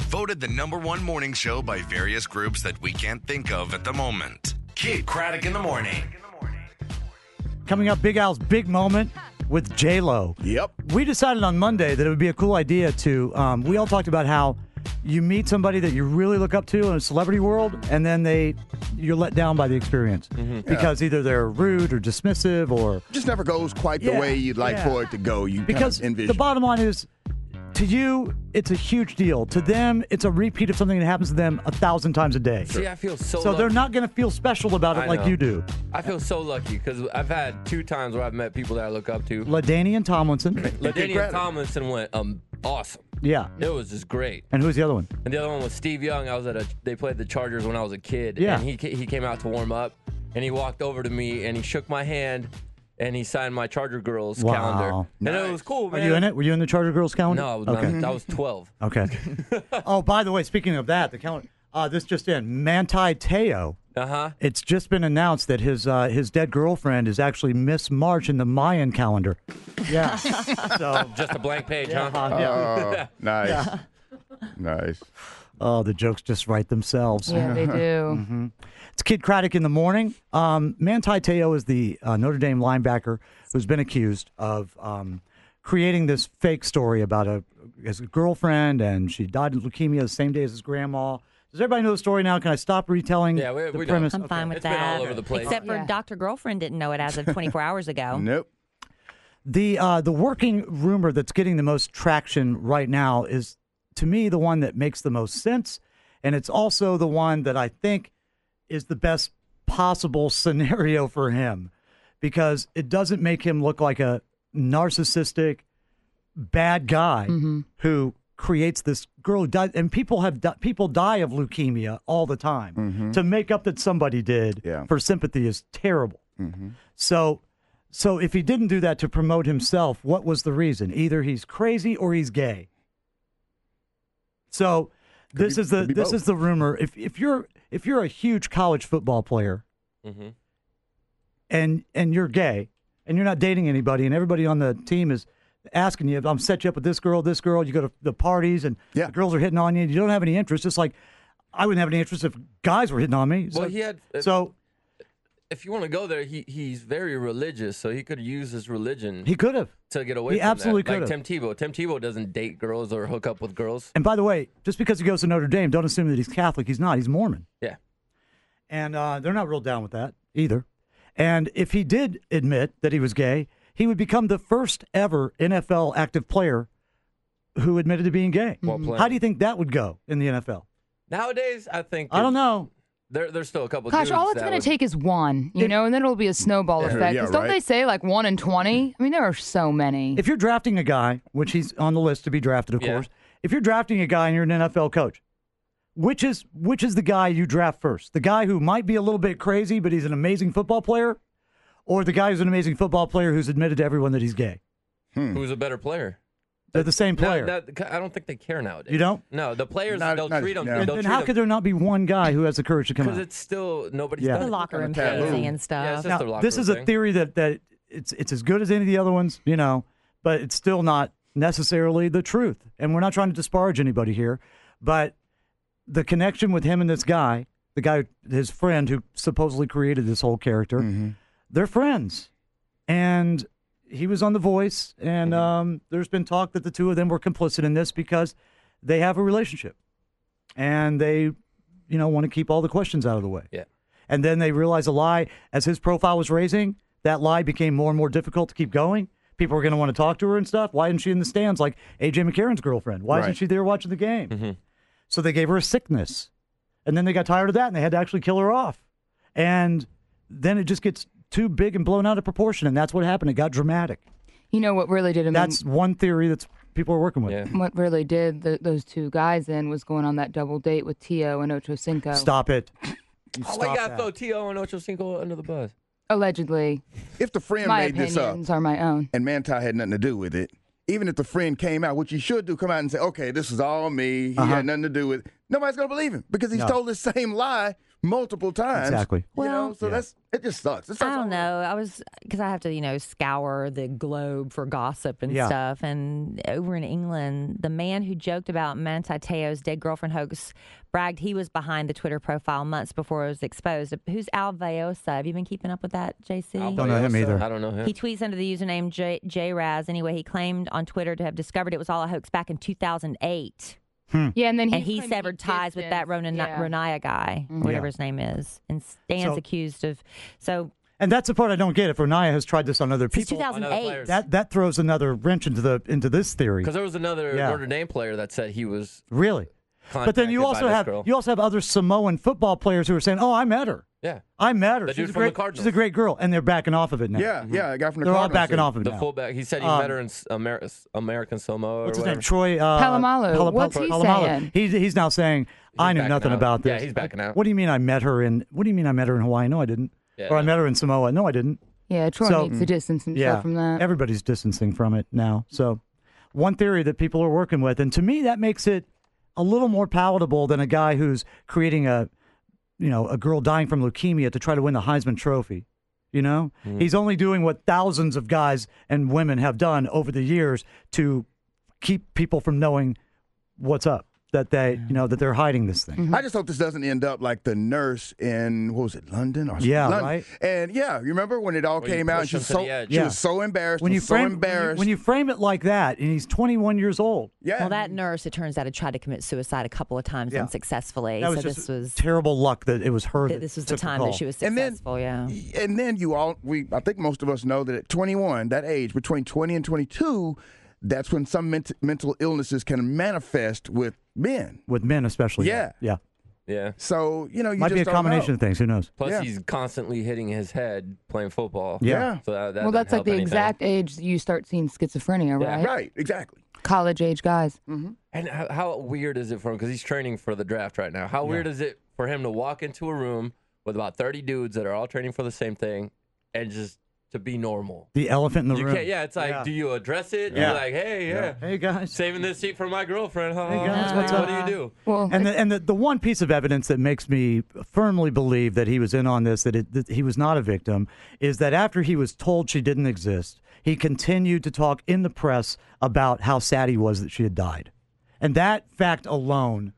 voted the number one morning show by various groups that we can't think of at the moment. Kid Craddock in the morning. Coming up, Big Al's big moment with J Lo. Yep. We decided on Monday that it would be a cool idea to. Um, we all talked about how you meet somebody that you really look up to in a celebrity world, and then they you're let down by the experience Mm-hmm. because either they're rude or dismissive or Just never goes quite the Yeah, way you'd like yeah. for it to go. You because kind of the envision. bottom line is to you it's a huge deal to them it's a repeat of something that happens to them a thousand times a day See, I feel so. so lucky. they're not going to feel special about it I like know. you do I feel so lucky because I've had two times where I've met people that I look up to. ladanian tomlinson Ladainian Craddock. Tomlinson went um awesome. yeah It was just great. and who's the other one And the other one was Steve Young. I was at a. They played the Chargers when I was a kid. Yeah. And he ca- he came out to warm up, and he walked over to me and he shook my hand, and he signed my Charger girls Wow. calendar. And it was cool. Were Man. you in it? Were you in the Charter Girls calendar? No, I was, okay. I was twelve. Okay. oh, by the way, speaking of that, the calendar. Uh, this just in: Manti Te'o. Uh huh. It's just been announced that his uh, his dead girlfriend is actually Miss March in the Mayan calendar. Yeah. so. Just a blank page, huh? uh, yeah. Oh, nice. Nice. Oh, the jokes just write themselves. Yeah, they Mm-hmm. do. It's Kid Craddock in the morning. Um, Manti Te'o is the uh, Notre Dame linebacker who's been accused of um, creating this fake story about a his girlfriend and she died of leukemia the same day as his grandma. Does everybody know the story now? Can I stop retelling Yeah, we- the we know. premise? I'm fine with It's been that. all over the place. Except for Yeah. Dr. Girlfriend didn't know it as of 24 hours ago. Nope. The uh, the working rumor that's getting the most traction right now is, to me, the one that makes the most sense, and it's also the one that I think is the best possible scenario for him, because it doesn't make him look like a narcissistic bad guy who creates this girl who died. And people have di- people die of leukemia all the time. To make up that somebody did Yeah. for sympathy is terrible. So, so if he didn't do that to promote himself, what was the reason? Either he's crazy or he's gay. So, this be- is the could be this both. is the rumor. If if you're if you're a huge college football player, hmm and and you're gay and you're not dating anybody and everybody on the team is asking you i'm set you up with this girl this girl you go to the parties and Yeah. the girls are hitting on you and you don't have any interest it's like i wouldn't have any interest if guys were hitting on me so, Well, he had. uh, so if you want to go there, he he's very religious, so he could use his religion he could have to get away. he from absolutely that. Like could've. Tim Tebow. Tim Tebow doesn't date girls or hook up with girls. and by the way just because he goes to notre dame don't assume that he's catholic he's not he's mormon Yeah. and uh, they're not real down with that either and if he did admit that he was gay he would become the first ever nfl active player who admitted to being gay While playing. how do you think that would go in the nfl Nowadays, I think I don't it- know. There, there's still a couple. Gosh, dudes all it's that going would- to take is one, you know, and then it'll be a snowball effect. yeah, 'Cause don't right. they say like one in 20? I mean, there are so many. If you're drafting a guy, which he's on the list to be drafted, of Mm-hmm. Yeah. course. If you're drafting a guy and you're an NFL coach, which is which is the guy you draft first? The guy who might be a little bit crazy, but he's an amazing football player, or the guy who's an amazing football player who's admitted to everyone that he's gay? Who's a better player? They're the same No, player. that- I don't think they care nowadays. You don't? No, the players Not- they'll not- treat them. no. then They'll then how could there not be one guy who has the courage to come Because out? it's still nobody's Yeah. done The it. locker room Kind of pansy taboo. and Yeah, stuff. it's just the Now, locker this room is a thing. theory that that it's it's as good as any of the other ones, you know, but it's still not necessarily the truth. And we're not trying to disparage anybody here, but the connection with him and this guy, the guy his friend who supposedly created this whole character, Mm-hmm. they're friends. And he was on The Voice, and Mm-hmm. um, there's been talk that the two of them were complicit in this because they have a relationship, and they, you know, want to keep all the questions out of the way Yeah. and then they realized a lie as his profile was raising that lie became more and more difficult to keep going people were going to want to talk to her and stuff why isn't she in the stands like aj mccarron's girlfriend why isn't Right. she there watching the game Mm-hmm. so they gave her a sickness and then they got tired of that and they had to actually kill her off and then it just gets too big and blown out of proportion and that's what happened it got dramatic you know what really did him in- that's one theory that's people are working with Yeah. what really did th those two guys in was going on that double date with Tio and Ocho Cinco. stop it Oh my God! Throw To and Ocho Cinco under the bus. Allegedly, If the friend my made this up opinions are my own. and Manti had nothing to do with it, even if the friend came out, what you should do, come out and say, okay, this is all me. He had nothing to do with it. Nobody's going to believe him because he's Uh-huh. No. told the same lie multiple times. Exactly. You know, Well- so that's it. Just sucks. It sucks I all don't know. I was because I have to, you know, scour the globe for gossip and Yeah. stuff. And over in England, the man who joked about Manti Te'o's dead girlfriend hoax bragged he was behind the Twitter profile months before it was exposed. Who's Al Vayosa? Have you been keeping up with that, JC? Don't know him either. I don't know him. He tweets under the username J- JRaz. Anyway, he claimed on Twitter to have discovered it was all a hoax back in 2008. Hmm. Yeah, and then he and he claimed to be severed ties with that Ronan distanced. Yeah. Renaya guy, whatever Yeah. his name is. And Stan's So- accused of. So And that's the part I don't get. If Renaya has tried this on other since people, Another 2008. player. that that throws another wrench into the into this theory. Because there was another Yeah. Notre Dame player that said he was. Really. But then contacted you by also this have girl. you also have other Samoan football players who are saying, "Oh, I met her. Yeah. I met her. The she's dude a from the great, Cardinals. she's a great girl," and they're backing off of it now. Yeah, yeah. A guy from Mm-hmm. the they're all Cardinals backing said- off of it The now. fullback. He said he Um, met her in S- Amer- American Samoa. or What's his whatever. name? Troy uh, Polamalu. What's he saying? He's, he's now saying, "I knew back nothing now. about Yeah, this." he's backing out. What do you mean I met her in? What do you mean I met her in Hawaii? No, I didn't. Yeah, or I no. met her in Samoa. No, I didn't. Yeah, Troy So- hmm. needs to distance himself Yeah, from that. everybody's distancing from it now. So, one theory that people are working with, and to me that makes it a little more palatable than a guy who's creating a, you know, a girl dying from leukemia to try to win the Heisman Trophy. You know, he's only doing what thousands of guys and women have done over the years to keep people from knowing what's up. That they, you know, that they're hiding this thing. I just hope this doesn't end up like the nurse in what was it, London or Yeah, London. right. And yeah, you remember when it all When you came out? And push she was them to so the edge. she Yeah. was so embarrassed. When and you frame so when you, embarrassed. when you frame it like that, and he's 21 years old. yeah, Well, that nurse, it turns out, had tried to commit suicide a couple of times Yeah. unsuccessfully. That was so just this was terrible luck that it was her. th- that this was the took time call. that she was And then- successful. yeah. and then you all we I think most of us know that at 21, that age between 20 and 22, that's when some ment- mental illnesses can manifest with men. with men especially. Yeah. yeah, Yeah. So you know, you might just be a don't combination know. of things. Who knows? Plus, Yeah. he's constantly hitting his head playing football. Yeah. Yeah. So that, that well, doesn't that's like help the anything. exact age you start seeing schizophrenia, Yeah, right? Right, exactly. College age guys. And how, how weird is it for him? Because he's training for the draft right now. How weird is it for him to walk into a room with about 30 dudes that are all training for the same thing and just to be normal? The elephant in the You room. can't, yeah, it's like, Yeah. do you address it? Yeah. You're like, hey, yeah. Hey guys. Saving this seat for my girlfriend. Huh? Hey, guys, what's what up? do you do? Oh, Well, And the, and the, the one piece of evidence that makes me firmly believe that he was in on this, that, it, that he was not a victim, is that after he was told she didn't exist, he continued to talk in the press about how sad he was that she had died, and that fact alone,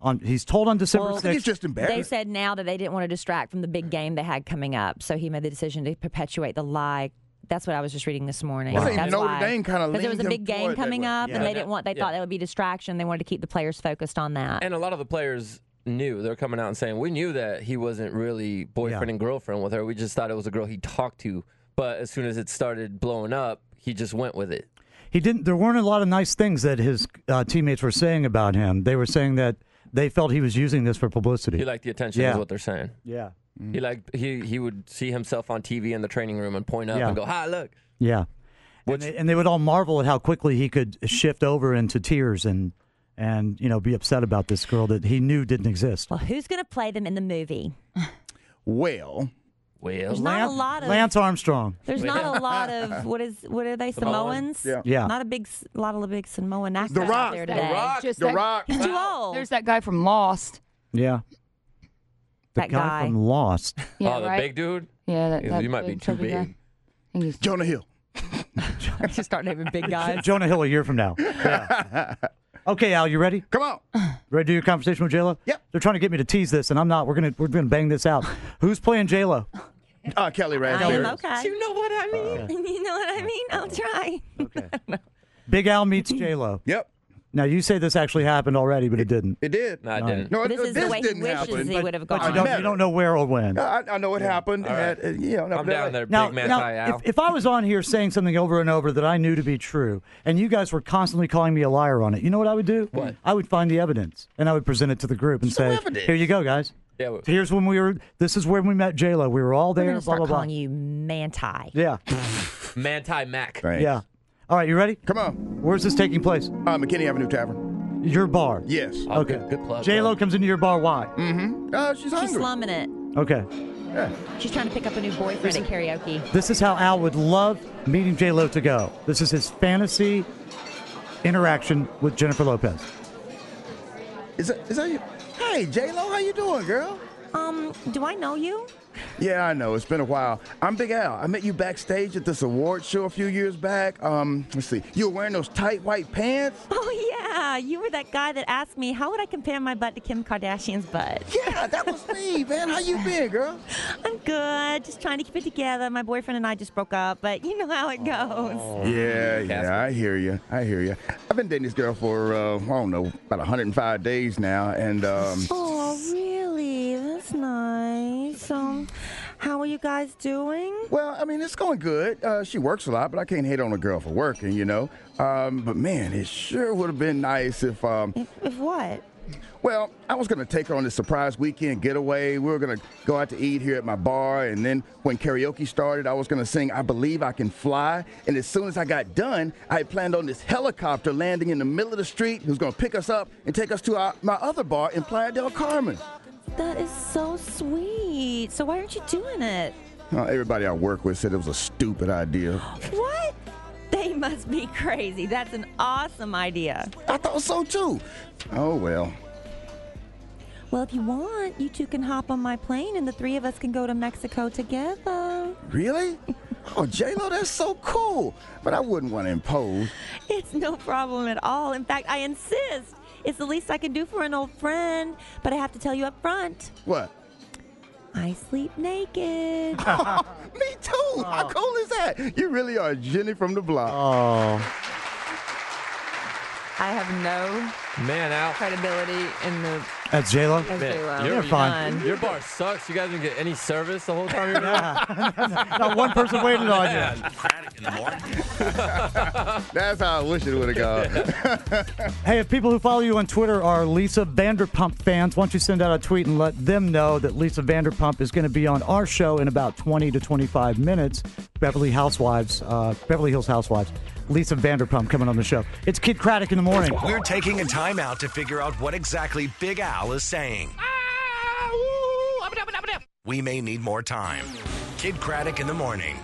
on he's told on December I think it's sixth. just They embarrassing. said now that they didn't want to distract from the big game they had coming up, so he made the decision to perpetuate the lie. That's what I was just reading this morning. Wow. I think That's Notre why. Dame kinda because there was a leaned big him game toward that coming way. up, Yeah. and they didn't want. They Yeah. thought that would be distraction. They wanted to keep the players focused on that. And a lot of the players knew. They're coming out and saying, we knew that he wasn't really boyfriend Yeah. and girlfriend with her. We just thought it was a girl he talked to. But as soon as it started blowing up, he just went with it. he didn't there weren't a lot of nice things that his uh, teammates were saying about him they were saying that they felt he was using this for publicity He liked the attention, is Yeah. Mm-hmm. what they're saying. yeah He like he he would see himself on TV in the training room and point up Yeah. and go, "Hi, look." yeah and they, and they would all marvel at how quickly he could shift over into tears and and you know be upset about this girl that he knew didn't exist well, who's going to play them in the movie? Well, Well, There's not lance, a lot of. lance armstrong There's not a lot of what is what are they Samoans. Samoans? Yeah. Yeah. Not a big s- lot of big Samoan actors The Rock. out there The today. Rock. Just The that- Rock. He's too old. There's that guy from Lost. yeah the That guy, guy. from lost Yeah, oh, the right? big dude. Yeah, that, that you might be big too chubby guy. big. I think he's- Jonah Hill. We're just starting having big guys. jonah hill a year from now Yeah. okay al you ready Come on. Ready to do your conversation with Jayla? Yep. They're trying to get me to tease this, and I'm not. We're gonna we're gonna bang this out. Who's playing Jayla? Uh, Kelly I am Rand. okay. You know what I mean? you know what I mean? I'll try. Okay. Big Al meets J Lo. Yep, Now you say this actually happened already, but it didn't. it did. No, I didn't. No, it- This is the this way he didn't wishes happen. he would have But gone. you don't, Matter. you don't know where or when. I, I know it happened. right. and, uh, yeah, I'm down there, Now, big man. now, hi, Al. if, if I was on here saying something over and over that I knew to be true, and you guys were constantly calling me a liar on it, you know what I would do? What? I would find the evidence and I would present it to the group and say, "Here you go, guys. Yeah, well- Here's when we were. This is when we met J Lo. We were all We're there. blah gonna start blah blah. calling you Manti. Yeah, Manti Mac. Right. yeah. All right, you ready? Come on. Where's this taking place? Uh, McKinney Avenue Tavern. Your bar. Yes. Oh, Okay. Good, good plug. Mm. J Lo comes into your bar. Why? Uh, she's hungry. She's slumming it. Okay. She's trying to pick up a new boyfriend at karaoke. This is how Al would love meeting J Lo to go. This is his fantasy interaction with Jennifer Lopez. Is that, is that you? Hey, J Lo, how you doing, girl? Um, do I know you? Yeah, I know. It's been a while. I'm Big Al. I met you backstage at this award show a few years back. Um, let's see. You were wearing those tight white pants? Oh yeah, you were that guy that asked me how would I compare my butt to Kim Kardashian's butt. Yeah, that was me, man. How you been, girl? I'm good, just trying to keep it together. My boyfriend and I just broke up, but you know how it goes. Oh. Yeah, yeah, I hear you. I hear you. I've been dating this girl for uh, I don't know about 105 days now, and um, Oh, really? That's nice. Um, how are you guys doing? well, I mean, it's going good. Uh, she works a lot, but I can't hate on a girl for working, you know. Um, but man, it sure would have been nice if um, If, if what? Well, I was going to take her on this surprise weekend getaway. We were going to go out to eat here at my bar. And then when karaoke started, I was going to sing I Believe I Can Fly. And as soon as I got done, I had planned on this helicopter landing in the middle of the street. It was going to pick us up and take us to our, my other bar in Playa del Carmen. That is so sweet. So why aren't you doing it? Uh, everybody I work with said it was a stupid idea. What? They must be crazy. That's an awesome idea. I thought so too. Oh, well. Well, if you want, you two can hop on my plane and the three of us can go to Mexico together. Really? Oh, J-Lo, that's so cool. But I wouldn't want to impose. It's no problem at all. In fact, I insist. It's the least I can do for an old friend. But I have to tell you up front What? I sleep Me naked. too. How cool is that? You really are Jenny from the block. Oh, I have no Man, Al. credibility in the that's J Lo. Man, as well. you're fine. Your bar sucks. You guys didn't get any service the whole time you were there? Not one person waited on you. Craddock in the morning. That's how I wish it would have gone. Hey, if people who follow you on Twitter are Lisa Vanderpump fans, why don't you send out a tweet and let them know that Lisa Vanderpump is going to be on our show in about 20 to 25 minutes. Beverly Housewives, uh, Beverly Hills Housewives, Lisa Vanderpump coming on the show. It's Kid Craddock in the morning. We're taking a time out to figure out what exactly Big Al is saying. We may need more time. Kid Craddock in the morning